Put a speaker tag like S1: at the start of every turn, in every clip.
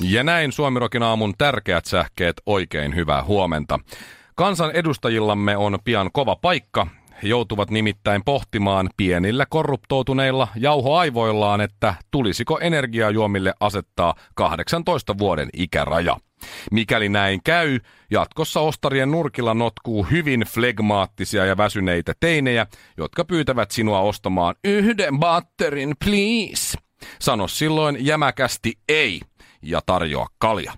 S1: Ja näin Suomirokin aamun tärkeät sähkeet oikein hyvää huomenta. Kansan edustajillamme on pian kova paikka. He joutuvat nimittäin pohtimaan pienillä korruptoutuneilla jauhoaivoillaan, että tulisiko energiajuomille asettaa 18 vuoden ikäraja. Mikäli näin käy, jatkossa ostarien nurkilla notkuu hyvin flegmaattisia ja väsyneitä teinejä, jotka pyytävät sinua ostamaan yhden batterin, please. Sano silloin jämäkästi ei ja tarjoa kalja.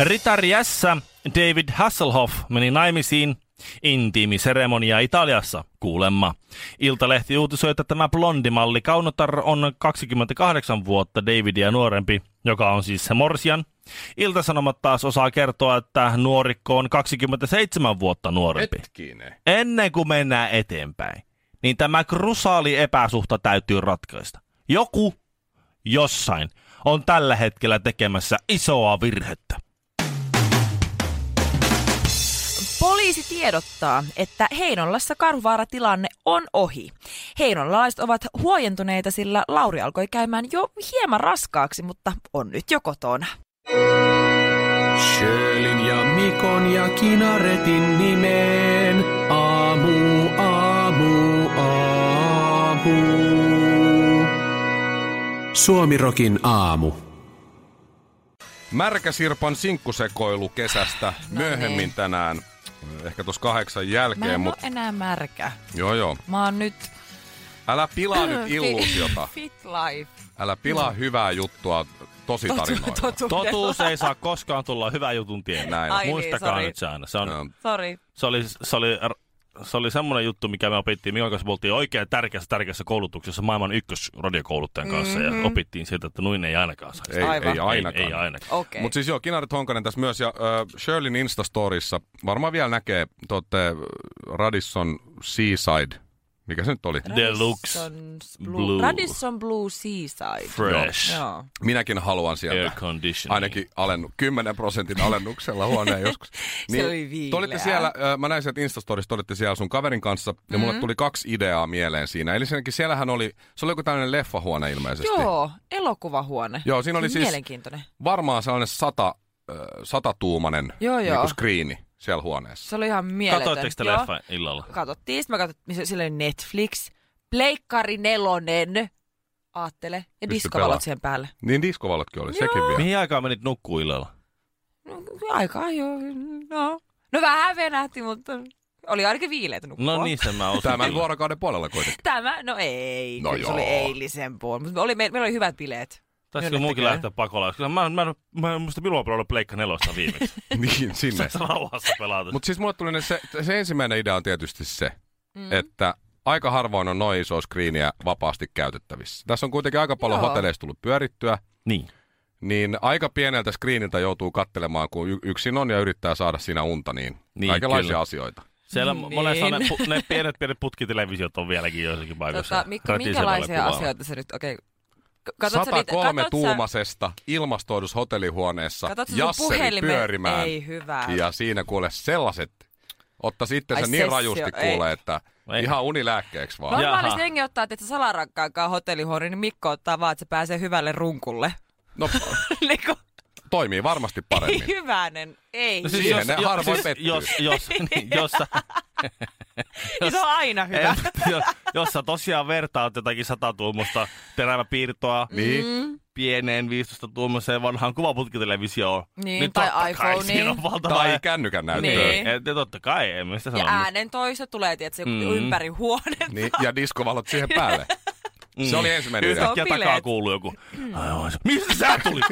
S2: Ritariässä David Hasselhoff meni naimisiin. Intiimiseremonia Italiassa, kuulemma. Iltalehti uutisoi, että tämä blondimalli Kaunotar on 28 vuotta Davidia nuorempi, joka on siis se morsian. Iltasanomat taas osaa kertoa, että nuorikko on 27 vuotta nuorempi.
S1: Hetkinen.
S2: Ennen kuin mennään eteenpäin, niin tämä krusaali epäsuhta täytyy ratkaista. Joku jossain on tällä hetkellä tekemässä isoa virhettä.
S3: Poliisi tiedottaa, että Heinolassa karhuvaaratilanne on ohi. Heinolaiset ovat huojentuneita, sillä Lauri alkoi käymään jo hieman raskaaksi, mutta on nyt jo kotona.
S4: Sjölin ja Mikon ja Kinaretin nimeen. Aamu, aamu, aamu. Suomirokin aamu.
S1: Märkäsirpan sinkkusekoilu kesästä myöhemmin
S3: niin.
S1: tänään. Ehkä tuossa kahdeksan
S3: Mä en
S1: jälkeen,
S3: oo
S1: mutta
S3: enää märkä.
S1: joo joo.
S3: Mä oon nyt
S1: Älä pilaa nyt illuusiota.
S3: fit life.
S1: Älä pilaa
S3: No.
S1: hyvää juttua tosi tarinoilla.
S2: Totuus ei saa koskaan tulla hyvä jutun tielle.
S1: Näin.
S3: Ai niin,
S2: Muistakaa
S3: sorry.
S2: nyt se aina. Se, on,
S1: Joo.
S3: Sori.
S2: se, oli, se, oli, se oli semmoinen juttu, mikä me opittiin Mikon kanssa. Me oltiin oikein tärkeässä, tärkeässä koulutuksessa maailman ykkösradiokouluttajan kanssa. Mm-hmm. Ja opittiin sieltä, että noin ei ainakaan saisi.
S1: Ei,
S3: Aivan. Oh.
S1: ei ainakaan.
S2: Ei, ei ainakaan.
S3: Okei.
S1: Mutta siis joo, Kinarit Honkanen tässä myös, ja äh, Shirleyn Instastorissa, varmaan vielä näkee, te olette äh, Radisson Seaside, mikä se nyt oli?
S2: Deluxe
S3: Radisson's
S2: Blue.
S3: Blue. Radisson Blue Seaside.
S2: Fresh.
S3: Joo.
S1: Minäkin haluan sieltä.
S2: Air conditioning.
S1: Ainakin alennu, 10 prosentin alennuksella huoneen joskus. Niin,
S3: oli viileä.
S1: te olitte siellä, ö, mä näin sieltä Instastorissa, te olitte siellä sun kaverin kanssa, ja
S3: Mm-hmm.
S1: mulle tuli kaksi ideaa mieleen siinä. Eli ensinnäkin siellähän oli, se oli joku tällainen leffahuone ilmeisesti.
S3: Joo, elokuvahuone.
S1: Joo, siinä oli siis
S3: Mielenkiintoinen.
S1: varmaan sellainen sata, ö, satatuumanen
S3: Joo,
S1: niin
S3: joo.
S1: kuin screeni siellä huoneessa.
S3: Se oli ihan mieletön.
S2: Katoitteko te
S3: Joo.
S2: leffa illalla?
S3: katsottiin, sitten mä katsottiin, sillä oli Netflix, Pleikkari nelonen, aattele, ja
S1: Pysty
S3: diskovalot
S1: pelaa.
S3: siihen päälle.
S1: Niin diskovalotkin oli, sekin vielä.
S2: Mihin aikaan menit nukkuu illalla?
S3: No, aika jo, no. No vähän venähti, mutta oli ainakin viileitä nukkua.
S2: No niin, sen mä osin.
S1: Tämän vuorokauden puolella kuitenkin.
S3: Tämä, no ei,
S1: No
S3: no se oli
S1: joo.
S3: eilisen puolen, mutta oli, me, meillä oli hyvät bileet.
S2: Taisiko
S3: Myönnettäköön.
S2: muukin lähteä pakolaiseksi? Kyllä Mä, mä, mä, musta minulla on ollut pleikka nelosta viimeksi.
S1: niin, sinne.
S2: Tässä rauhassa pelata.
S1: Mutta siis mulle tuli ne, se, se ensimmäinen idea on tietysti se, mm. että aika harvoin on noin iso screeniä vapaasti käytettävissä. Tässä on kuitenkin aika paljon
S3: Joo.
S1: hotelleista tullut pyörittyä,
S2: niin.
S1: niin aika pieneltä screeniltä joutuu kattelemaan, kun y- yksin on ja yrittää saada siinä unta, niin,
S2: Niin,
S1: niin kaikenlaisia
S2: kyllä.
S1: kyllä. asioita.
S2: Siellä
S3: Niin.
S2: niin. monessa on ne, pu- ne, pienet pienet putkitelevisiot on vieläkin joissakin paikoissa.
S3: Tota, Mikko,
S2: Ratisevalla
S3: minkälaisia
S2: kuvalla.
S3: asioita sä nyt, okei. Okay.
S1: 103 tuumasesta ilmastoidus hotellihuoneessa, jasseli pyörimään.
S3: Ei hyvä.
S1: Ja siinä kuule sellaiset, otta sitten
S3: Ai
S1: se niin
S3: sessio,
S1: rajusti
S3: ei. No
S1: kuule, että
S2: Ei.
S1: ihan unilääkkeeksi vaan.
S3: Normaalisti
S2: Jaha.
S3: jengi ottaa, että salarankkaankaan hotellihuoneen, niin Mikko ottaa vaan, että se pääsee hyvälle runkulle.
S1: No
S3: niin kuin,
S1: toimii varmasti paremmin.
S3: Ei hyvänen, ei.
S2: No
S1: Siihen ne harvoin pettyy.
S2: jos, jos, niin, jos, sä-
S3: Niin se on aina hyvä.
S2: jos, jos, jos sä tosiaan vertaat jotakin satatuumusta teräväpiirtoa
S3: Mm.
S1: Niin.
S2: pieneen 15 tuumaseen vanhaan kuvaputkitelevisioon,
S3: Niin, tai
S2: totta kai
S3: iPhoneen.
S2: siinä on valtava
S1: Tai kännykän näyttöön.
S3: Niin.
S2: Et, ja totta kai, en mä sitä
S3: Ja
S2: sano.
S3: äänen toista tulee, tietysti mm.
S2: Mm.
S3: ympäri huoneen.
S1: Niin, ja diskovalot siihen päälle.
S5: Mm.
S1: Se oli ensimmäinen idea.
S2: Yhtäkkiä
S3: Se on
S2: takaa
S3: bileet.
S2: kuuluu joku. Ai, ai, se- mistä sä tulit?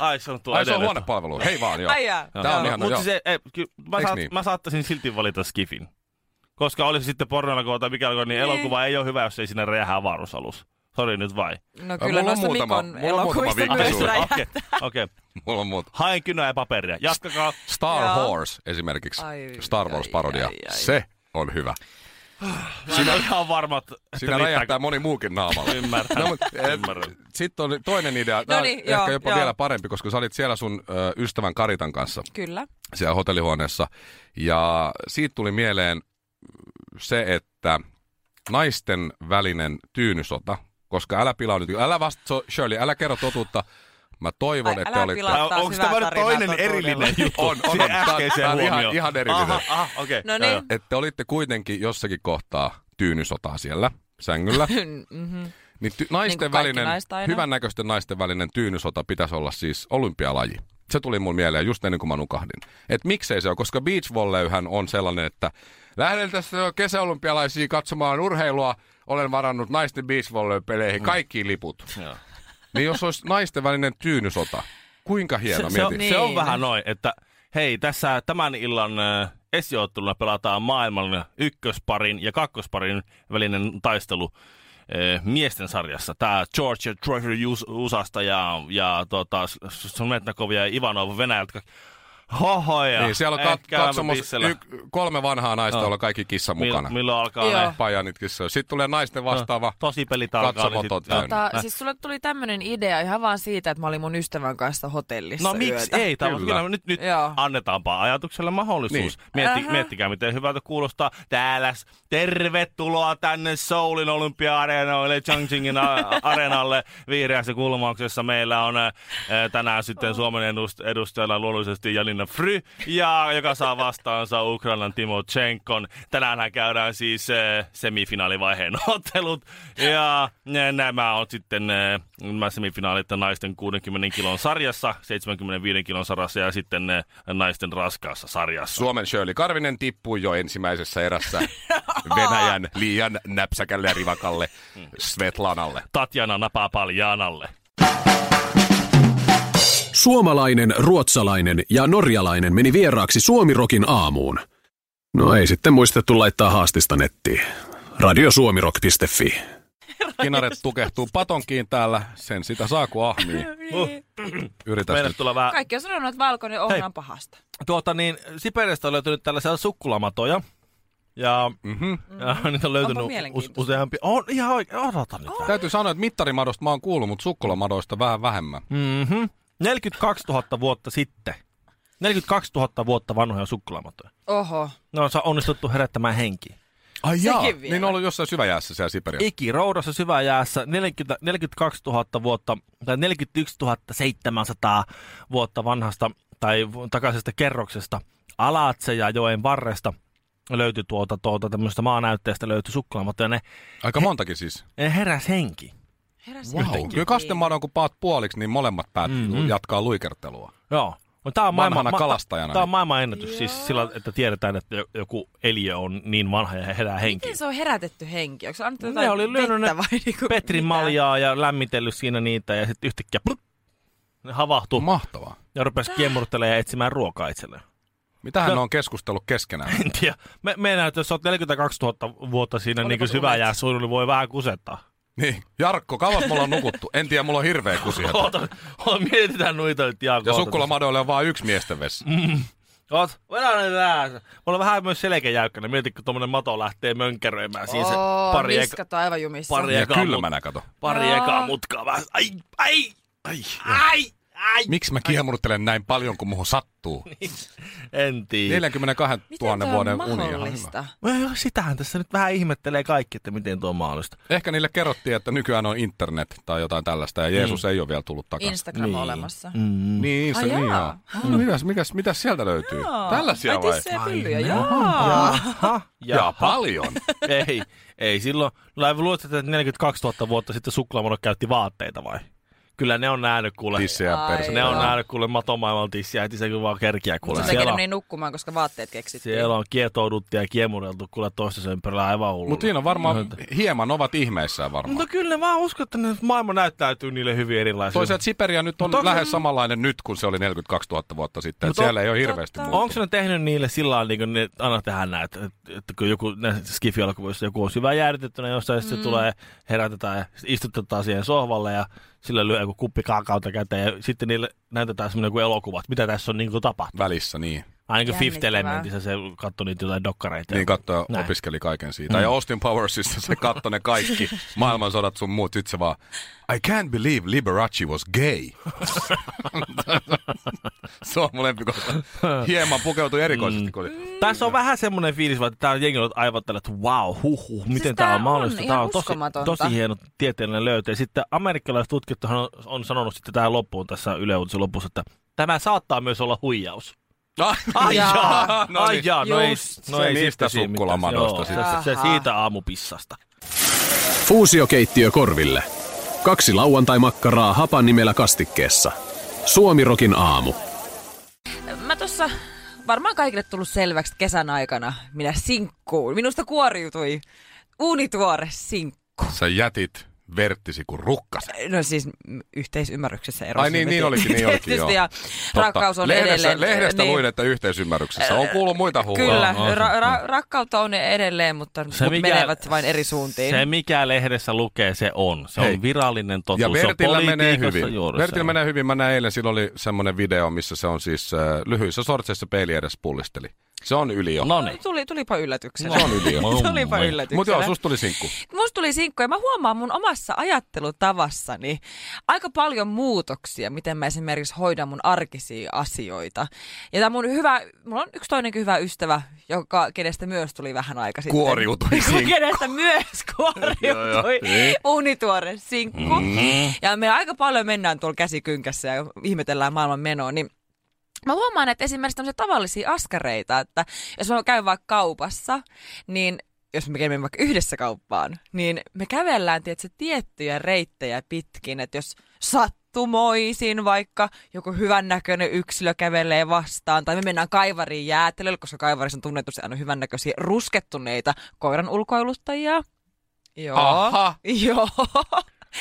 S2: Ai se on tuo
S1: Ai se on
S2: edellä.
S1: huonepalvelu. Hei vaan, joo.
S3: Ai jaa. No
S1: Tää on ihana,
S2: Mutta
S1: joo.
S2: siis ei, ei, ky- mä,
S1: Eiks
S2: saat,
S1: niin?
S2: mä saattaisin silti valita
S5: Niin.
S2: Skifin. Koska olisi sitten pornoelokuva tai mikä elokuva, niin elokuva ei ole hyvä, jos ei siinä räjähä avaruusalus. Sori nyt vai?
S5: No
S1: Mulla
S5: kyllä
S1: on
S5: noista
S1: muutama- mulla
S5: Mikon
S1: on
S5: elokuvista
S1: muutama
S5: myös
S1: vinkki sulle.
S5: räjähtää.
S2: Okei, okei.
S1: Mulla on muuta.
S2: Haen kynää ja paperia. Jatkakaa.
S1: Star
S5: Joo.
S1: Horse esimerkiksi,
S5: Ai,
S1: Star
S5: ai,
S1: Wars-parodia.
S5: ai, ai.
S1: Se on hyvä.
S2: Sinä on ihan varma, että
S1: Siinä
S2: riittää-
S1: räjähtää moni muukin naamalla.
S2: Ymmärrän,
S1: mut, eh,
S2: ymmärrän.
S1: Sitten on toinen idea, Tää on
S5: niin,
S1: ehkä
S5: joo,
S1: jopa
S5: joo.
S1: vielä parempi, koska sä olit siellä sun ö, ystävän Karitan kanssa
S5: Kyllä.
S1: siellä hotellihuoneessa. Ja siitä tuli mieleen se, että naisten välinen tyynysota, koska älä pilaa nyt, älä vasta, so- Shirley, älä kerro totuutta. Mä toivon,
S5: Ai,
S1: että
S5: älä
S1: olit...
S5: pilaa Tää on
S2: Onko
S5: hyvää
S2: tämä nyt
S5: tarinaa
S2: toinen
S5: totuudella.
S2: erillinen juttu?
S1: On, on,
S2: Siihen
S1: on. Tää-
S2: äskeiseen
S1: tää on ihan-
S2: huomioon.
S1: ihan erillinen.
S2: Aha, aha, okei.
S5: No niin.
S1: Että olitte kuitenkin jossakin kohtaa tyynysotaa siellä sängyllä.
S5: Mhm.
S1: Niin ty- naisten
S5: kaikki
S1: välinen,
S5: naiset aina.
S1: hyvännäköisten naisten välinen tyynysota pitäisi olla siis olympialaji. Se tuli mun mieleen just ennen kuin mä nukahdin. Et miksei se ole, koska beachvolleyhän on sellainen, että lähden tässä kesäolympialaisia katsomaan urheilua, olen varannut naisten beachvolleypeleihin kaikki liput.
S2: Mm. Joo.
S1: Niin jos olisi naisten välinen tyynysota, kuinka hieno,
S2: se, se, on,
S1: mieti.
S5: Niin.
S2: se on vähän noin, että hei, tässä tämän illan äh, esiotteluna pelataan maailman ykkösparin ja kakkosparin välinen taistelu äh, miesten sarjassa. Tämä Georgia Treasure USAsta ja, ja tota, S- S- Smetnakov ja Ivanov Venäjältä. Hohoja.
S1: Niin, siellä on kat-
S2: Ehkä mä
S1: katsomassa
S2: pissellä.
S1: y- kolme vanhaa naista,
S2: Joo.
S1: joilla on kaikki kissa mukana.
S2: Mil, milloin alkaa
S5: Joo.
S2: ne?
S1: Pajanit kissoja. Sitten tulee naisten vastaava.
S2: Tosi pelit alkaa. niin
S1: Katsomot
S2: sit-
S1: on täynnä.
S5: Tota,
S2: Mä-
S5: siis sulle tuli tämmönen idea ihan vaan siitä, että mä olin mun ystävän kanssa hotellissa
S2: No miksi
S5: yötä.
S2: ei? Tämä on
S1: Kyllä.
S2: kyllä nyt, nyt
S5: Joo.
S2: annetaanpa ajatukselle mahdollisuus.
S1: Niin.
S2: Mietti,
S5: Ähä.
S2: miettikää, miten hyvältä kuulostaa. Täällä s- tervetuloa tänne Soulin olympia-areenalle, Changjingin a- areenalle vihreässä kulmauksessa. Meillä on ä, tänään sitten Suomen edust- edustajana luonnollisesti Janina Fry, ja, joka saa vastaansa Ukrainan Timo Chenkon. Tänäänhän käydään siis ä, semifinaalivaiheen ottelut, ja ä, nämä on sitten ä, nämä semifinaalit naisten 60 kilon sarjassa, 75 kilon sarjassa ja sitten ä, naisten raskaassa sarjassa.
S1: Suomen Shirley Karvinen tippui jo ensimmäisessä erässä Venäjän liian näpsäkälle ja rivakalle
S2: Hmm.
S1: Svetlanalle.
S2: Tatjana napaa paljaanalle.
S4: Suomalainen, ruotsalainen ja norjalainen meni vieraaksi Suomirokin aamuun. No ei sitten muistettu laittaa haastista nettiin. Radiosuomirok.fi
S1: Kinaret tukehtuu patonkiin täällä, sen sitä saa kun ahmii.
S5: Niin.
S1: Yritän
S2: Meille
S1: nyt.
S2: tulee vähän...
S5: Kaikki on sanonut, että valkoinen ohra on pahasta.
S2: Tuota niin, Siperiasta on löytynyt tällaisia sukkulamatoja. Ja,
S1: Mhm.
S2: ja niitä on löytynyt us,
S5: mielenkiintoista.
S2: useampi. On ihan oikein, odotan nyt. vähän.
S1: Täytyy sanoa, että mittarimadosta mä oon kuullut, mutta sukkulamadoista vähän vähemmän.
S2: Mhm. 42 000 vuotta sitten. 42 000 vuotta vanhoja sukkulamatoja.
S5: Oho.
S2: Ne on sa- onnistuttu herättämäään henkiä.
S1: Ai
S5: jaa.
S1: Niin on ollut jossain syväjäässä siellä Siperiassa.
S2: Ikiroudassa syväjäässä 40, 42 000 vuotta tai 41 700 vuotta vanhasta tai vu- takaisesta kerroksesta Alatseja joen varresta löytyi tuota, tuota tämmöistä maanäytteestä löytyi sukkulamatta ja ne,
S1: Aika montakin siis.
S2: ne heräs henki.
S5: Heräsi
S1: Wow.
S5: henki.
S1: Kyllä kastemadon, kun paat puoliksi, niin molemmat päät
S2: Mhm.
S1: jatkaa luikertelua.
S2: Joo. No, tää on maailman,
S1: Vanhana kalastajana.
S2: Tämä on maailman ennätys
S5: Joo.
S2: siis sillä, että tiedetään, että jo- joku eliö on niin vanha ja herää henki.
S5: Miten se on herätetty henki? Onko se annettu
S2: Ne
S5: jotain
S2: oli lyönyt
S5: vettä
S2: ne
S5: vai niinku
S2: Petrin
S5: mitä?
S2: maljaa ja lämmitellyt siinä niitä ja sitten yhtäkkiä plup, ne havahtuu
S1: Mahtavaa.
S2: ja
S5: Ah.
S2: rupesi kiemurtelemaan ja etsimään ruokaa itselleen.
S1: Mitähän
S2: No.
S1: ne on keskustellut keskenään?
S2: En tiedä. Me, meinaan, että jos olet 42 000 vuotta siinä
S5: Oliko
S2: niin kuin
S5: sulla
S2: syvää
S5: metsä?
S2: jää niin voi vähän kusettaa.
S1: Niin. Jarkko, kauas mulla on nukuttu. En tiedä, mulla on hirveä kusi.
S2: Oota, oota, mietitään noita nyt ihan
S1: Ja
S2: kohta.
S1: sukkulamadoille on vain yksi miesten vessa.
S2: Mm. Oot, vedän nyt vähän. Mulla on vähän myös selkä jäykkänä. Mietit, kun tommonen mato lähtee mönkäröimään. Siinä se
S5: Oo,
S2: pari, eka,
S5: niskat on aivan jumissa.
S2: pari,
S1: Ja
S2: ekaa,
S1: kylmänä kato.
S2: pari
S5: Joo.
S2: ekaa mutkaa vähän. Ai, ai,
S1: Ai,
S2: ai, ai.
S1: Miksi mä kiemurtelen näin paljon, kun muuhun sattuu?
S2: Niin. En tiedä.
S1: 42
S5: Miten
S1: 000
S5: toi on
S1: vuoden uni ihan hyvä.
S5: mahdollista?
S2: No joo, sitähän tässä nyt vähän ihmettelee kaikki, että miten tuo on mahdollista.
S1: Ehkä niille kerrottiin, että nykyään on internet tai jotain tällaista, ja Jeesus ei ole vielä tullut takaisin.
S5: Instagram on olemassa.
S2: Mm.
S1: Niin, Insta,
S5: Ai
S1: niin
S5: jaa.
S1: jaa. No, mitäs, mikäs, mitäs sieltä löytyy? Tällaisia
S5: Ai,
S1: vai?
S5: tissejä ja pyllyjä, joo.
S2: Jaha,
S1: Ja paljon.
S2: ei, no, ei silloin. Luulet, että 42 000 vuotta sitten suklaamono käytti vaatteita vai? Kyllä ne on nähnyt kuule.
S1: Tissiä
S3: Ai.
S1: perse.
S2: Ne on
S3: Joo.
S2: nähnyt kuule matomaailman tissiä, äiti se kyllä vaan kerkiä kuule.
S3: Mutta sen
S2: Siellä
S3: takia
S2: on,
S3: ne niin nukkumaan, koska vaatteet keksittiin.
S2: siellä on kietouduttu ja kiemureltu kuule toistensa ympärillä aivan hullu.
S1: Mutta siinä on varmaan, hieman ovat ihmeissään varmaan.
S2: Mutta kyllä mä uskon, että ne maailma näyttäytyy niille hyvin erilaisilla.
S1: Toisaalta Siis Siperia nyt on
S2: Mut onko-
S1: lähes samanlainen nyt, kun se oli 42 000 vuotta sitten. Et
S2: Mut on-
S1: siellä ei ole hirveästi
S3: totta.
S1: muuta.
S2: Onko ne tehnyt niille sillä lailla, niin kuin ne aina tehdään näitä, että, että kun joku näissä skifialkuvissa joku on syvään jäädytettynä jossain, mm. se tulee, herätetään ja sit istutetaan siihen sohvalle ja sillä lyö joku kuppi kaakaota käteen ja sitten niille näytetään semmoinen kuin elokuvat, mitä tässä on niin kuin tapahtunut.
S1: Välissä, niin.
S2: Aina niin kuin Fifth
S3: Jännittävää.
S2: Elementissä se katsoi niitä jotain dokkareita.
S1: Niin katsoa,
S2: Näin.
S1: opiskeli kaiken siitä. Ja Austin Powersissa se katsoi ne kaikki maailmansodat sun muut. Sitten se vaan, I can't believe Liberace was gay. se on mun lempikohta. Hieman pukeutui erikoisesti. Kun oli.
S2: Tässä on vähän semmoinen fiilis, vaan että tää jengi on aivan tällä, että wow, huh, huh, miten tää
S3: Siis tää
S2: on
S3: on
S2: mahdollista.
S3: ihan
S2: Tää on tosi,
S3: uskomatonta.
S2: tosi hieno tieteellinen löytö. Ja sitten amerikkalaistutkijahan on, on sanonut sitten tähän loppuun tässä Yle Uutisen lopussa, että tämä saattaa myös olla huijaus.
S1: Ah,
S2: Ai
S3: jaa.
S2: jaa, no,
S1: Just
S2: niin. jaa, no ei, no
S1: se
S2: ei
S1: niistä
S2: siinä mitään.
S1: sukkulamadoista
S2: Joo,
S3: sitten.
S2: Se, se
S3: Jaha.
S2: siitä aamupissasta.
S4: Fuusiokeittiö korville. Kaksi lauantai-makkaraa hapan nimellä kastikkeessa. Suomirokin aamu.
S3: Mä tossa varmaan kaikille tullut selväksi että kesän aikana, minä sinkkuun. Minusta kuoriutui uunituore sinkku.
S1: Sä jätit verttisi kuin rukkasen.
S3: No siis mm, yhteisymmärryksessä erosi.
S1: Ai niin, niin olikin, niin olikin, joo.
S3: Ja
S1: Totta.
S3: rakkaus on
S1: lehdestä,
S3: edelleen.
S1: Lehdestä
S3: niin,
S1: luin, että yhteisymmärryksessä. On kuullut muita huhuja.
S3: Kyllä,
S2: Joo, on se.
S3: ra- ra- rakkautta on edelleen, mutta
S2: Se
S3: mut
S2: mikä-
S3: menevät vain eri suuntiin.
S2: Se, mikä lehdessä lukee, se on. Se
S1: Hei.
S2: on virallinen totuus.
S1: Ja Vertillä
S2: se on
S1: menee
S2: politiikassa
S1: hyvin.
S2: juuri
S1: Vertillä
S2: se.
S1: menee hyvin. Mä näin eilen, sillä oli semmoinen video, missä se on siis äh, lyhyissä sortseissa peili edes pullisteli. Se on yli jo.
S2: No niin.
S3: Tuli, tulipa yllätyksenä.
S1: Se on yli jo.
S3: tulipa yllätyksenä.
S1: Mutta joo, susta tuli sinkku.
S3: Musta tuli sinkku ja mä huomaan mun omassa ajattelutavassani aika paljon muutoksia, miten mä esimerkiksi hoidan mun arkisia asioita. Ja tää mun hyvä, mulla on yksi toinenkin hyvä ystävä, joka, kenestä myös tuli vähän aika sitten.
S1: Kuoriutui sinkku. Niin.
S3: Kenestä myös kuoriutui uunituore sinkku.
S1: Mm-hmm.
S3: Ja me aika paljon mennään tuolla käsikynkässä ja ihmetellään maailman menoa, niin Mä huomaan, että esimerkiksi tämmöisiä tavallisia askareita, että jos mä käyn vaikka kaupassa, niin jos me käymme vaikka yhdessä kauppaan, niin me kävellään tietysti tiettyjä reittejä pitkin, että jos sattumoisin vaikka joku hyvän näköinen yksilö kävelee vastaan, tai me mennään kaivariin jäätelölle, koska kaivarissa on tunnetusti aina hyvän näköisiä ruskettuneita koiran ulkoiluttajia. Joo.
S1: Aha.
S3: Joo.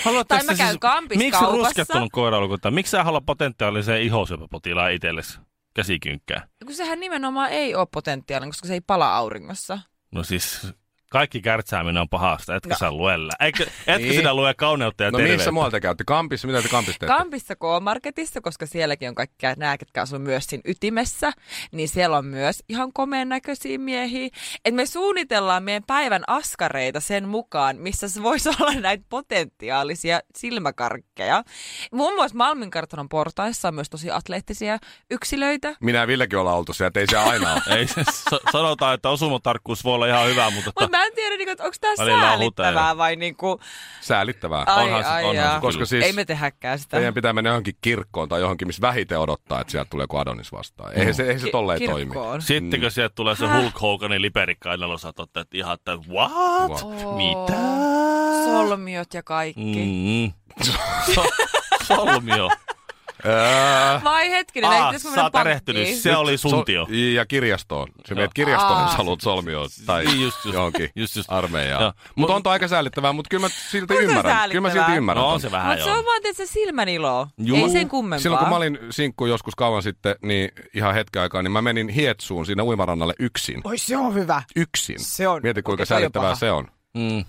S2: Haluatteko
S3: Tai mä
S2: te siis
S3: käyn kampissa
S2: Miksi
S3: kaupassa?
S2: ruskettunut koira ulkoittaa? Miksi sä haluat potentiaalisen ihosyöpäpotilaan itsellesi käsikynkkään?
S3: Kun sehän nimenomaan ei ole potentiaalinen, koska se ei pala auringossa.
S2: No siis kaikki kärtsääminen on pahasta, etkö no. sä luella. Etkö, etkö
S1: Niin.
S2: sinä lue kauneutta ja
S1: No
S2: terveyttä?
S1: missä muualta käytti? Kampissa? Mitä te kampissa teette?
S3: Kampissa K-Marketissa, koska sielläkin on kaikkia nämä, ketkä asuu myös siinä ytimessä, niin siellä on myös ihan komeen näköisiä miehiä. Et me suunnitellaan meidän päivän askareita sen mukaan, missä se voisi olla näitä potentiaalisia silmäkarkkeja. Muun muassa Malminkartanon portaissa on myös tosi atleettisia yksilöitä.
S1: Minä ja Villekin ollaan oltu siellä, että ei se aina ole.
S2: Ei se, sa- sanotaan, että osumatarkkuus voi olla ihan hyvä, mutta...
S3: Mutta mä en tiedä, niinku, että onko tämä
S2: Välillä on
S3: säälittävää
S2: huteja.
S3: vai niinku,
S1: Säälittävää.
S3: ai,
S2: Onhan se-
S3: ai,
S2: onhan
S3: jaa.
S2: se
S1: Koska siis
S3: Ei me tehdäkään sitä.
S1: teidän pitää mennä johonkin kirkkoon tai johonkin, missä vähiten odottaa, että sieltä tulee joku Adonis vastaan. Eihän se, eihän se
S3: Ki-
S1: tolleen toimi.
S3: kirkkoon.
S2: Sitten kun sieltä tulee se Hulk Hoganin liperikka edelosat, että ihan, että what?
S1: What?
S2: Mitä?
S3: Solmiot ja kaikki. Mm.
S2: Mm. So- solmio.
S1: Ää,
S3: Vai hetkinen,
S2: Ah,
S3: ah, pitäis
S2: sä
S3: mennä
S2: oot
S3: pankkiin?
S2: ärähtynyt. Se oli suntio.
S1: So, ja kirjastoon. Se menet kirjastoon, jos haluat solmioon tai
S2: Niin, just, just.
S1: johonkin
S2: Just, just. Joo.
S1: armeijaan. Mutta on toi aika säällittävää, mutta kyllä mä silti
S3: On se
S1: ymmärrän. Kyllä mä silti
S3: säällittävää.
S1: ymmärrän.
S2: No on
S1: ton.
S2: se vähän
S3: Mutta se
S2: joo.
S3: on vaan tietysti se silmän ilo.
S2: Juu.
S3: Ei sen kummempaa.
S1: Silloin kun mä olin sinkku joskus kauan sitten, niin ihan hetken aikaa, niin mä menin Hietsuun siinä uimarannalle yksin.
S3: Oi se on hyvä.
S1: Yksin.
S3: Se on.
S1: Mieti kuinka
S3: Okei, toi on
S1: säällittävää
S3: paha.
S1: se on.
S2: Mm.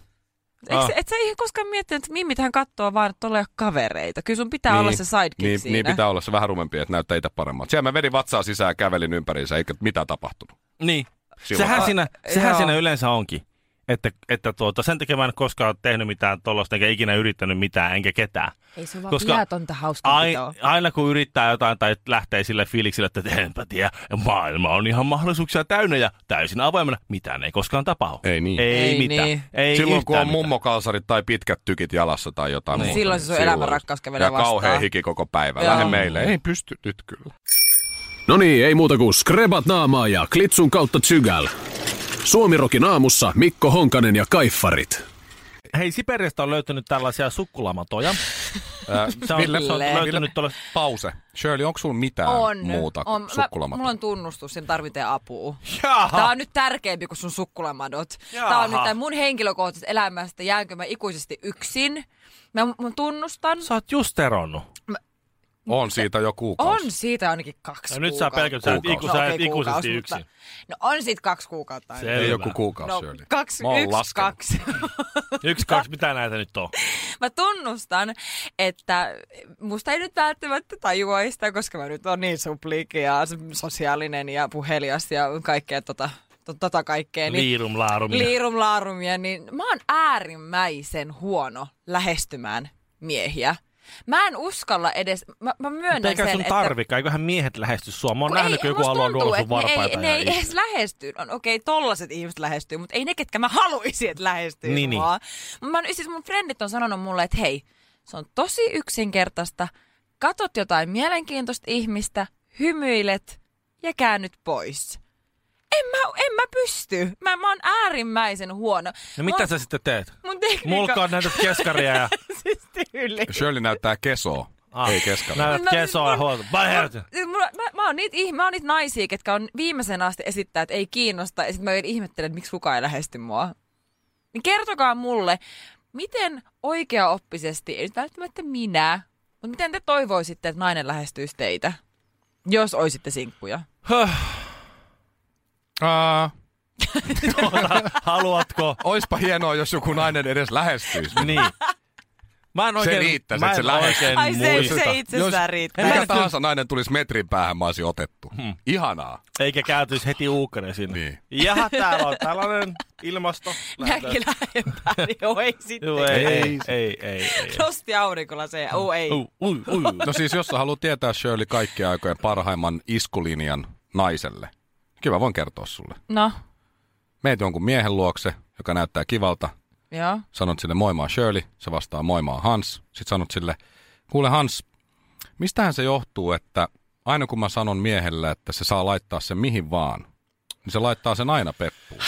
S3: Eikö, se- et sä ihan koskaan miettinyt, että mimmitähän kattoo vaan, että ole kavereita. Kyllä sun pitää olla se sidekick
S1: niin,
S3: siinä.
S1: niin pitää olla se vähän rumempi, että näyttää itse paremmalta. Siellä mä vedin vatsaa sisään ja kävelin ympäriinsä, eikä mitään tapahtunut.
S2: Niin.
S1: Silloin.
S2: Sehän,
S1: Ah,
S2: siinä, sehän
S3: joo.
S2: siinä yleensä onkin. Että, että tuota, sen takia mä en koskaan ole tehnyt mitään tuollaista, enkä ikinä yrittänyt mitään, enkä ketään.
S3: Ei se on vaan
S2: Koska-
S3: koska... jäätonta hauskaa
S2: Ai, aina kun yrittää jotain tai lähtee sille fiilikselle, että enpä tiedä, maailma on ihan mahdollisuuksia täynnä ja täysin avoimena, mitään ei koskaan tapahdu.
S1: Ei niin.
S2: Ei,
S3: Ei
S2: mitään.
S3: niin.
S2: Ei
S1: silloin
S2: yhtään
S1: kun on
S2: mitään.
S1: mummokalsarit tai pitkät tykit jalassa tai jotain
S2: Niin.
S1: muuta.
S3: Silloin se sun elämän rakkaus kävelee
S1: Ja
S3: vastaan.
S1: kauhea hiki koko päivä.
S3: Joo.
S1: Lähde meille. Ei pysty nyt kyllä.
S4: No niin, ei muuta kuin skrebat naamaa ja klitsun kautta tsygäl. Suomirokin aamussa Mikko Honkanen ja Kaiffarit.
S2: hei, Siperiasta on löytynyt tällaisia sukkulamatoja.
S1: Äh,
S2: Se on,
S1: Ville,
S2: se on
S3: Ville.
S2: löytynyt tuolla...
S1: pause. Shirley, onko sulla mitään
S3: On.
S1: muuta
S3: on.
S1: kuin sukkulamatoja?
S3: Mä, mulla on tunnustus, sen tarvitsee apua. Tämä
S2: Jaha!
S3: on nyt tärkeämpi kuin sun sukkulamadot.
S2: Jaha.
S3: Tämä on nyt tää mun henkilökohtaisesta elämästä, jäänkö mä ikuisesti yksin. Mä, mä tunnustan.
S2: Sä oot just eronnut.
S1: On siitä jo kuukausi.
S3: On siitä ainakin kaksi
S2: No nyt sä
S3: kuukautta.
S2: pelkät, sä et
S1: Kuukausi.
S2: iku- sä et
S3: okei,
S2: ikuisesti
S3: kuukausi,
S2: yksin.
S3: mutta- No on siitä kaksi kuukautta ainakin.
S2: Selvä.
S1: Ei joku kuukausi,
S3: No,
S1: Shirley.
S3: kaksi,
S1: Mä oon
S3: yksi,
S1: laskenut.
S3: kaksi.
S2: Yksi, kaksi, mitä näitä nyt on?
S3: mä tunnustan, että musta ei nyt välttämättä tajua sitä, koska mä nyt on niin supliikki ja sosiaalinen ja puhelias ja kaikkea tota, to- tota kaikkea. Niin
S2: Liirum laarumia.
S3: liirum laarumia, niin mä oon äärimmäisen huono lähestymään miehiä. Mä en uskalla edes, mä, mä myönnän
S2: Eikä
S3: sen,
S2: sun
S3: että...
S2: tarvika, eiköhän miehet lähesty sua. Mä oon
S3: Kun
S2: nähnyt,
S3: ei-
S2: kun joku
S3: musta
S2: haluaa
S3: tuntuu,
S2: nuolla sun
S3: että ne
S2: varpaita.
S3: ei, ne
S2: ja
S3: ei
S2: iskee.
S3: edes lähesty. On, okei, tollaset ihmiset lähestyy, mutta ei ne, ketkä mä haluaisin, että lähestyy
S2: Niin,
S3: niin,
S2: niin.
S3: mua. Niin. Mä, oon- siis mun frendit on sanonut mulle, että hei, se on tosi yksinkertaista. Katot jotain mielenkiintoista ihmistä, hymyilet ja käännyt pois. En mä, en mä pysty. Mä, mä oon äärimmäisen huono.
S2: No mitä
S3: Mun-
S2: sä sitten teet?
S3: Mun tekniikka...
S2: Mulkaat näitä
S3: No
S2: keskaria ja
S3: siis tyyli.
S1: Shirley näyttää kesoa.
S2: Ah,
S1: Ei keskellä.
S2: näytät
S3: Mä-
S2: kesoa ja
S3: No siis mun-
S2: huolta. Vai herti.
S3: Siis Mulla, mä, mä, oon niitä, ih- mä oon niitä naisia, ketkä on viimeisen asti esittää, että ei kiinnosta. Ja sit mä vielä ihmettelen, että miksi kukaan ei lähesty mua. Niin kertokaa mulle, miten oikeaoppisesti, ei nyt välttämättä minä, mutta miten te toivoisitte, että nainen lähestyisi teitä? Jos oisitte sinkkuja.
S1: Aa,
S2: Haluatko?
S1: oispa hienoa, jos joku nainen edes lähestyisi.
S2: Niin. Mä en oikein,
S1: riittäisi,
S2: mä
S1: että
S2: en
S1: se lähestyy.
S2: oikein
S3: Ai se,
S2: muista.
S3: se itsestään Jos... riittää.
S1: Mikä tahansa nainen tulisi metrin päähän, mä olisin otettu. Hmm. Ihanaa.
S2: Eikä käytyisi heti uukkane sinne.
S1: Niin.
S2: Jaha, täällä on tällainen ilmasto.
S3: Näkin lähempää, niin oi
S2: Joo,
S3: sitten.
S2: ei,
S1: Ei,
S2: ei, ei, ei. ei.
S3: Nosti aurinkolaseen. Oh, ei.
S2: Ui, ui, ui.
S1: No siis, jos sä haluat tietää Shirley kaikkien aikojen parhaimman iskulinjan naiselle, kyllä mä voin kertoa sulle.
S3: No,
S1: Meet jonkun miehen luokse, joka näyttää kivalta,
S3: joo.
S1: sanot sille moimaa Shirley, se vastaa moimaa Hans. Sitten sanot sille, kuule Hans, mistähän se johtuu, että aina kun mä sanon miehelle, että se saa laittaa sen mihin vaan, niin se laittaa sen aina peppuun.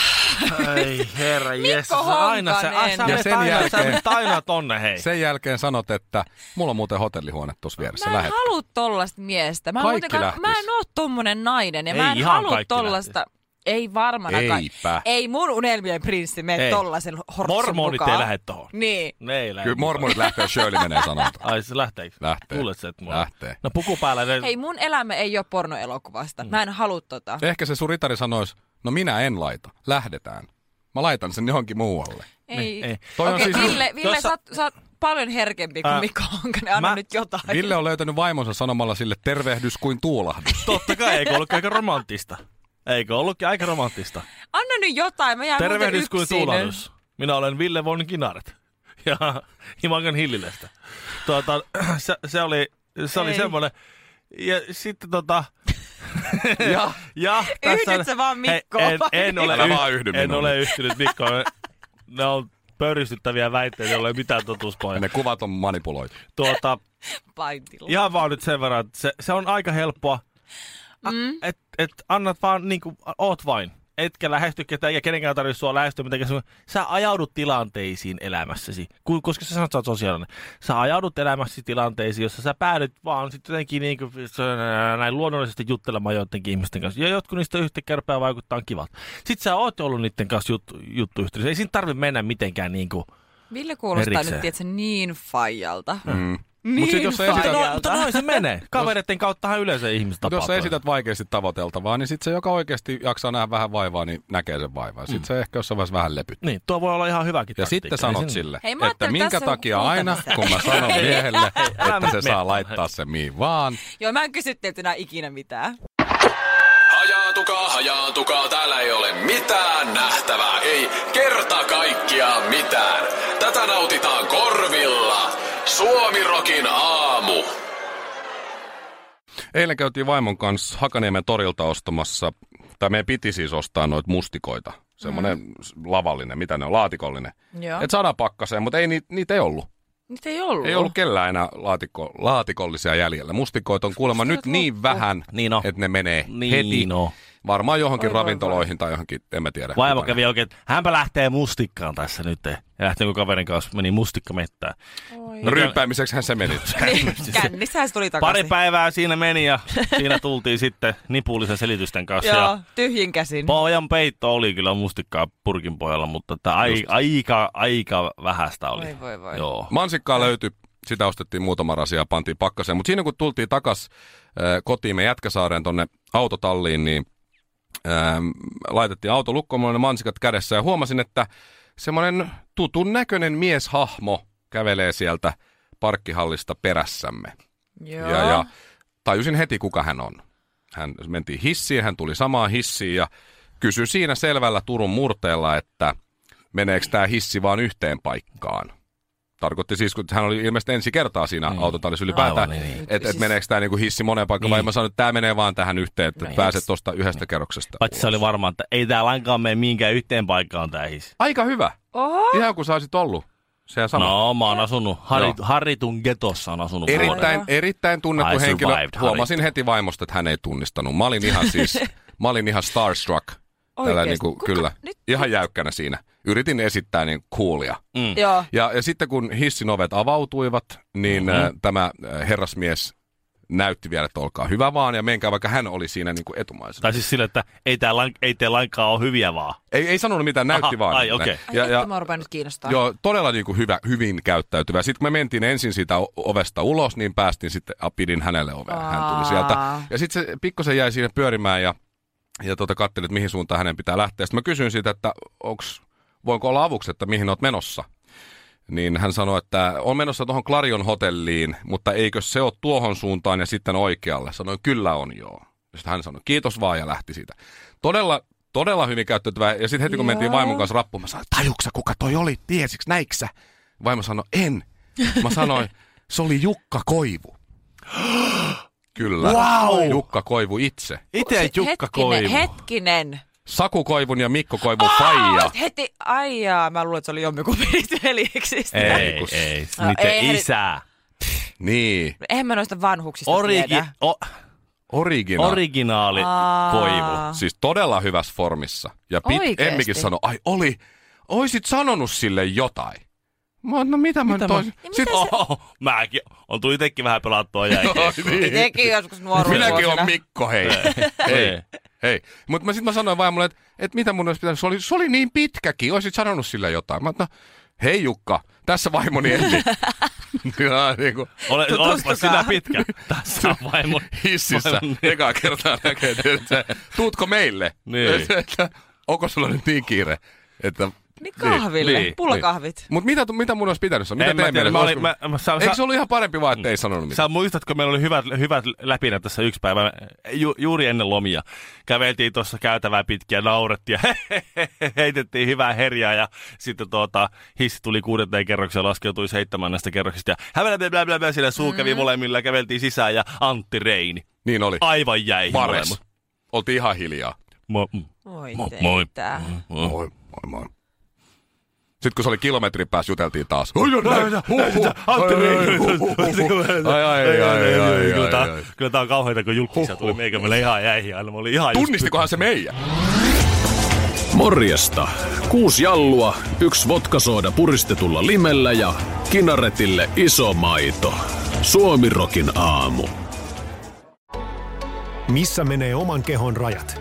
S2: Ei herra, jes, aina se,
S3: Honkanen.
S2: ai, sä
S3: Ja
S2: menet
S1: sen
S2: aina, sä
S1: jälkeen-
S2: menet aina tonne, hei.
S1: Sen jälkeen sanot, että mulla on muuten hotellihuone tuossa vieressä,
S3: Mä en
S1: lähet.
S3: halua tollasta miestä. Mä, en
S1: Kaikki
S3: muutenkaan- mä
S1: lähtis.
S3: en oo tommonen nainen ja mä
S2: Ei
S3: en
S2: ihan
S3: halua
S2: kaikki
S3: tollasta. Ei varmanakaan.
S1: Eipä.
S3: Ei mun unelmien prinssi
S2: Ei.
S3: mene tollasen hortsun
S2: Mormonit
S3: mukaan.
S2: ei lähde tohon.
S3: Niin.
S2: Ne ei lähde.
S1: Kyllä mormonit lähtee, Shirley menee sanonta.
S2: Ai se lähteekö?
S1: Lähtee.
S2: Luulet sä, että mulla...
S1: Lähtee.
S2: No puku päällä. Ne...
S3: Hei, mun elämä ei ole pornoelokuvasta.
S1: Mm.
S3: Mä en halua tota.
S1: Ehkä se sun ritari sanoisi, no minä en laita, lähdetään. Mä laitan sen johonkin muualle.
S3: Ei.
S2: ei.
S1: Toi on
S3: Okei,
S1: siis-
S3: Ville, Ville
S2: Jos sä-
S3: sä... oot- sä oot paljon herkempi
S2: Ää,
S3: kuin Mikko Honkanen. Anna
S2: mä-
S3: nyt jotain.
S1: Ville on löytänyt vaimonsa sanomalla sille tervehdys kuin tuulahdus.
S2: Totta kai, eikö ollutkin aika romanttista? Eikö ollutkin aika romanttista?
S3: Anna nyt jotain, mä jään
S2: Tervehdys kuin
S3: muuten yksin.
S2: tuulahdus. Minä olen Ville von Kinaret. Ja Himakan Hillilestä. Tuota, se, se oli, se oli
S3: Ei.
S2: semmoinen. Ja sitten tota...
S1: ja
S2: Ja, tässä...
S3: Yhdyt sä vaan Mikkoon
S2: Hei, en,
S3: vai?
S2: en, ole,
S1: Älä
S2: yh-
S1: vaan yhdy
S2: en
S1: minuun.
S2: ole yhtynyt Mikkoon. Ne on pöyristyttäviä väitteitä, joilla ei ole mitään totuuspohjaa.
S1: ne kuvat on manipuloitu.
S2: Tuota,
S3: Paitilla.
S2: Ihan vaan nyt sen verran, että se, se on aika helppoa. Mm. Että et, annat vaan, niin kuin, oot vain. Etkä lähesty ketään ja kenenkään tarvitse sua lähestyä mitenkään. Sun- Sä ajaudut tilanteisiin elämässäsi, Ku- koska sä sanot, että sä oot sosiaalinen. Sä ajaudut elämässäsi tilanteisiin, jossa sä päädyt vaan sitten jotenkin niin kuin, näin luonnollisesti juttelemaan joidenkin ihmisten kanssa. Ja jotkut niistä yhtä kerpää vaikuttaa kivalta. Sitten sä oot ollut niiden kanssa jut, juttu Ei siinä tarvi mennä mitenkään niin kuin,
S3: Ville kuulostaa
S2: Erikseen.
S3: nyt, tiedätkö, niin faijalta.
S1: Mm.
S3: Niin
S1: sit jos sä esität-
S3: faijalta.
S2: No, mutta noin se menee. Kavereiden kauttahan yleensä ihmiset
S1: Mutta
S2: tapaa.
S1: jos sä esität vaikeasti tavoiteltavaa, niin sitten se, joka oikeasti jaksaa nähdä vähän vaivaa, niin näkee sen vaivaa. Sitten mm. se ehkä jossain vaiheessa vähän lepyttää.
S2: Niin, tuo voi olla ihan hyväkin
S1: Ja
S2: taktiikka,
S1: sitten
S2: ei
S1: sanot
S2: siinä-
S1: sille,
S3: Hei, mä
S1: että
S3: ajattelin,
S1: minkä
S3: tässä Niin. on
S1: takia
S3: muutamassa.
S1: aina, kun mä sanon miehelle,
S2: älä
S1: että se
S2: nyt
S1: saa
S2: mieti.
S1: laittaa sen mihin vaan,
S3: Joo, mä en kysy teiltä enää ikinä mitään.
S4: Hajaantukaa, hajaantukaa, täällä ei ole mitään nähtävää, ei kerta kaikkiaan mitään. Tätä nautitaan korvilla. Suomirokin aamu.
S1: Eilen käytiin vaimon kanssa Hakaniemen torilta ostamassa, tai meidän piti siis ostaa noita mustikoita. Semmoinen mm. lavallinen, mitä ne on, laatikollinen.
S3: Joo.
S1: Et saada pakkaseen, mutta ei, niitä, niitä ei ollut.
S3: Nyt ei ollut.
S1: Ei ollut kellään enää laatikko, laatikollisia jäljellä. Mustikoita on kuulemma nyt niin vähän,
S2: Niin on.
S1: että ne menee
S2: Niin
S1: heti.
S2: on.
S1: Varmaan johonkin ravintoloihin tai johonkin, en mä tiedä.
S2: Vaimo
S1: Kukaan-
S2: kävi oikein, että hänpä lähtee mustikkaan tässä nyt. Ja lähti kun kaverin kanssa, meni mustikka mettään. Siis
S1: No ryyppäämiseksihän se meni.
S3: Niin, Kännissähän se
S2: Pari
S3: tuli takaisin.
S2: päivää siinä meni ja siinä tultiin sitten nipullisen selitysten kanssa.
S3: Joo,
S2: Ja
S3: tyhjin käsin.
S2: pojan peitto oli kyllä mustikkaa purkin pohjalla, mutta että ai, aika, aika vähäistä oli.
S3: Voi, voi, voi.
S2: Joo.
S1: Mansikkaa löytyi, sitä ostettiin muutama rasia ja pantiin pakkaseen. Mutta siinä kun tultiin takas äh, kotiin me Jätkäsaareen tonne autotalliin, niin äh, laitettiin auto lukkoon, mulla oli ne mansikat kädessä ja huomasin, että semmoinen tutun näköinen mieshahmo kävelee sieltä parkkihallista perässämme.
S3: Joo.
S1: Ja, ja tajusin heti, kuka hän on. Hän mentiin hissiin, hän tuli samaan hissiin ja kysyi siinä selvällä Turun murteella, että meneekö tämä hissi vaan yhteen paikkaan. Tarkoitti siis, kun hän oli ilmeisesti ensi kertaa siinä niin. autotallissa ylipäätään,
S2: Aivan,
S1: niin.
S2: niin.
S1: että et meneekö tämä niinku hissi moneen paikkaan, niin. vai mä sanoin, että tämä menee vaan tähän yhteen, että
S2: Niin.
S1: pääset tuosta yhdestä kerroksesta
S2: Paitsi se
S1: ulos.
S2: oli varmaan, että ei tää lainkaan mene mihinkään yhteen paikkaan tää his.
S1: Aika hyvä.
S3: Oho.
S1: Ihan kuin sä olisit ollut. Se sama.
S2: No, mä oon asunut,
S1: Joo.
S2: harit, haritun getossa on asunut vuoden.
S1: Erittäin, erittäin tunnettu
S2: I
S1: henkilö.
S2: survived,
S1: Huomasin heti vaimosta, että hän ei tunnistanut. Mä olin ihan siis, mä olin ihan starstruck. Tällä
S3: Oikeesti?
S1: niin kuin,
S3: Kuka-
S1: kyllä,
S3: nyt-
S1: ihan jäykkänä siinä. Yritin esittää niin coolia.
S3: Joo.
S1: Ja, ja sitten kun hissin ovet avautuivat, niin
S2: Mhm.
S1: mm-hmm. ä, tämä ä, herrasmies näytti vielä, että olkaa hyvä vaan ja menkää, vaikka hän oli siinä niin kuin etumaisena.
S2: Tai siis sillä, että ei, tää lank, ei tee lainkaan ole hyviä vaan.
S1: Ei, ei sanonut mitään, näytti
S2: Aha,
S1: vaan.
S2: ai, okei.
S3: Ai ja, että mä rupean nyt kiinnostaa.
S1: Joo, todella niin kuin hyvä, hyvin käyttäytyvä. Sitten kun me mentiin ensin siitä o- ovesta ulos, niin päästiin sitten, a, pidin hänelle oven, hän tuli
S3: Aa.
S1: sieltä. Ja sitten se pikkusen jäi siinä pyörimään ja, ja tota, katselin, että mihin suuntaan hänen pitää lähteä. Sitten mä kysyin siitä, että onks, voinko olla avuksi, että mihin oot menossa. Niin hän sanoi, että on menossa tuohon Klarion hotelliin, mutta eikö se ole tuohon suuntaan ja sitten oikealle. Sanoin, kyllä on joo. Sitten hän sanoi, kiitos vaan ja lähti siitä. Todella, todella hyvin käyttäytyvä. Ja sitten heti kun mentiin vaimon kanssa rappuun, mä sanoin, tajuksa kuka toi oli, tiesiks, näiksä? Vaimo sanoi, en. Mä sanoin, se oli Jukka Koivu. Kyllä.
S2: Wow!
S1: Jukka Koivu itse.
S2: Itse Jukka
S3: hetkinen,
S2: Koivu.
S3: Hetkinen.
S1: Saku Koivun ja Mikko Koivun faija.
S3: Heti, ai jaa, mä luulen, että se oli jommikumpi niistä veliksistä.
S2: Ei,
S1: Eikus.
S2: ei.
S3: No,
S2: Niiden
S3: eihän-
S2: isä.
S1: Niin,
S3: Eihän mä noista vanhuksista
S2: Origi,
S3: tiedä.
S2: o,
S1: origina.
S2: originaali
S3: Aa.
S2: koivu.
S1: Siis todella hyvässä formissa. Ja pit,
S3: Oikeesti?
S1: Emmikin sanoi, ai oli, oisit sanonut sille jotain. Mä oon, no mitä mä nyt oisin?
S3: mitä
S1: Sitten,
S3: se-
S2: Oho, mäkin. On tullut itsekin vähän pelattua jälkeen.
S3: Tekin joskus nuoruuden
S1: niin. Minäkin
S3: vuosina.
S1: on Mikko, hei. hei.
S2: Hei.
S1: Hei. Mutta mä sitten mä sanoin vaimolle, että et mitä mun olisi pitänyt, se oli, se oli niin pitkäkin, olisit sanonut sille jotain. Mä oon, no, hei Jukka, tässä vaimoni Emmi. ja, niin kuin,
S2: Ole,
S3: Tutustukaa.
S2: oletpa sinä pitkä. Tässä on vaimo.
S1: hississä
S2: Vaimon-
S1: ekaa kertaa näkee, että se, tuutko meille?
S2: Niin.
S1: Että Onko sulla nyt niin kiire? Että,
S3: Niin kahville, pullakahvit.
S1: Mutta mitä, tu- mitä mun olisi pitänyt sanoa? Mitä
S2: En mä
S1: teidän
S2: tiedä,
S1: mielestä?
S2: mä olin-
S1: Olisiko-
S2: mä- mä- sä-
S1: Eikö
S2: sä-
S1: se ollut ihan parempi vaan, että ei sanonut mitään?
S2: Sä muistatko, meillä oli hyvät, hyvät läpinä tässä yksi päivä, ju, juuri ennen lomia. Käveltiin tuossa käytävää pitkin ja naurettiin ja heitettiin hyvää herjaa ja sitten tuota, hissi tuli kuudenteen kerrokseen ja laskeutui seitsemännestä kerroksesta. Ja hävelä, blä, blä, blä, blä, siellä suu
S1: Mm.
S2: kävi molemmilla, käveltiin sisään ja Antti Reini.
S1: Niin oli.
S2: Aivan jäi
S1: Vares. Oltiin ihan hiljaa.
S2: Mo, mm,
S3: Moi
S2: mo, moi.
S3: teitä.
S2: Moi.
S1: Moi, moi, moi. Sitten kun se oli kilometrin päässä, juteltiin taas.
S2: Antti
S1: Ai, ai,
S2: Reini.
S1: huhu, huhu. Ai, ai, ai, ai, ai,
S2: Kyllä tää-
S1: ai, ai.
S2: Kyllä tää on kauheita, kun julkisia tuli meikä meillä ihan jäihin aina. Mä olin ihan just-
S1: Tunnistikohan se meidän?
S4: Morjesta. Kuusi jallua, yksi vodkasooda puristetulla limellä ja kinaretille iso maito. Suomirokin aamu.
S6: Missä menee oman kehon rajat?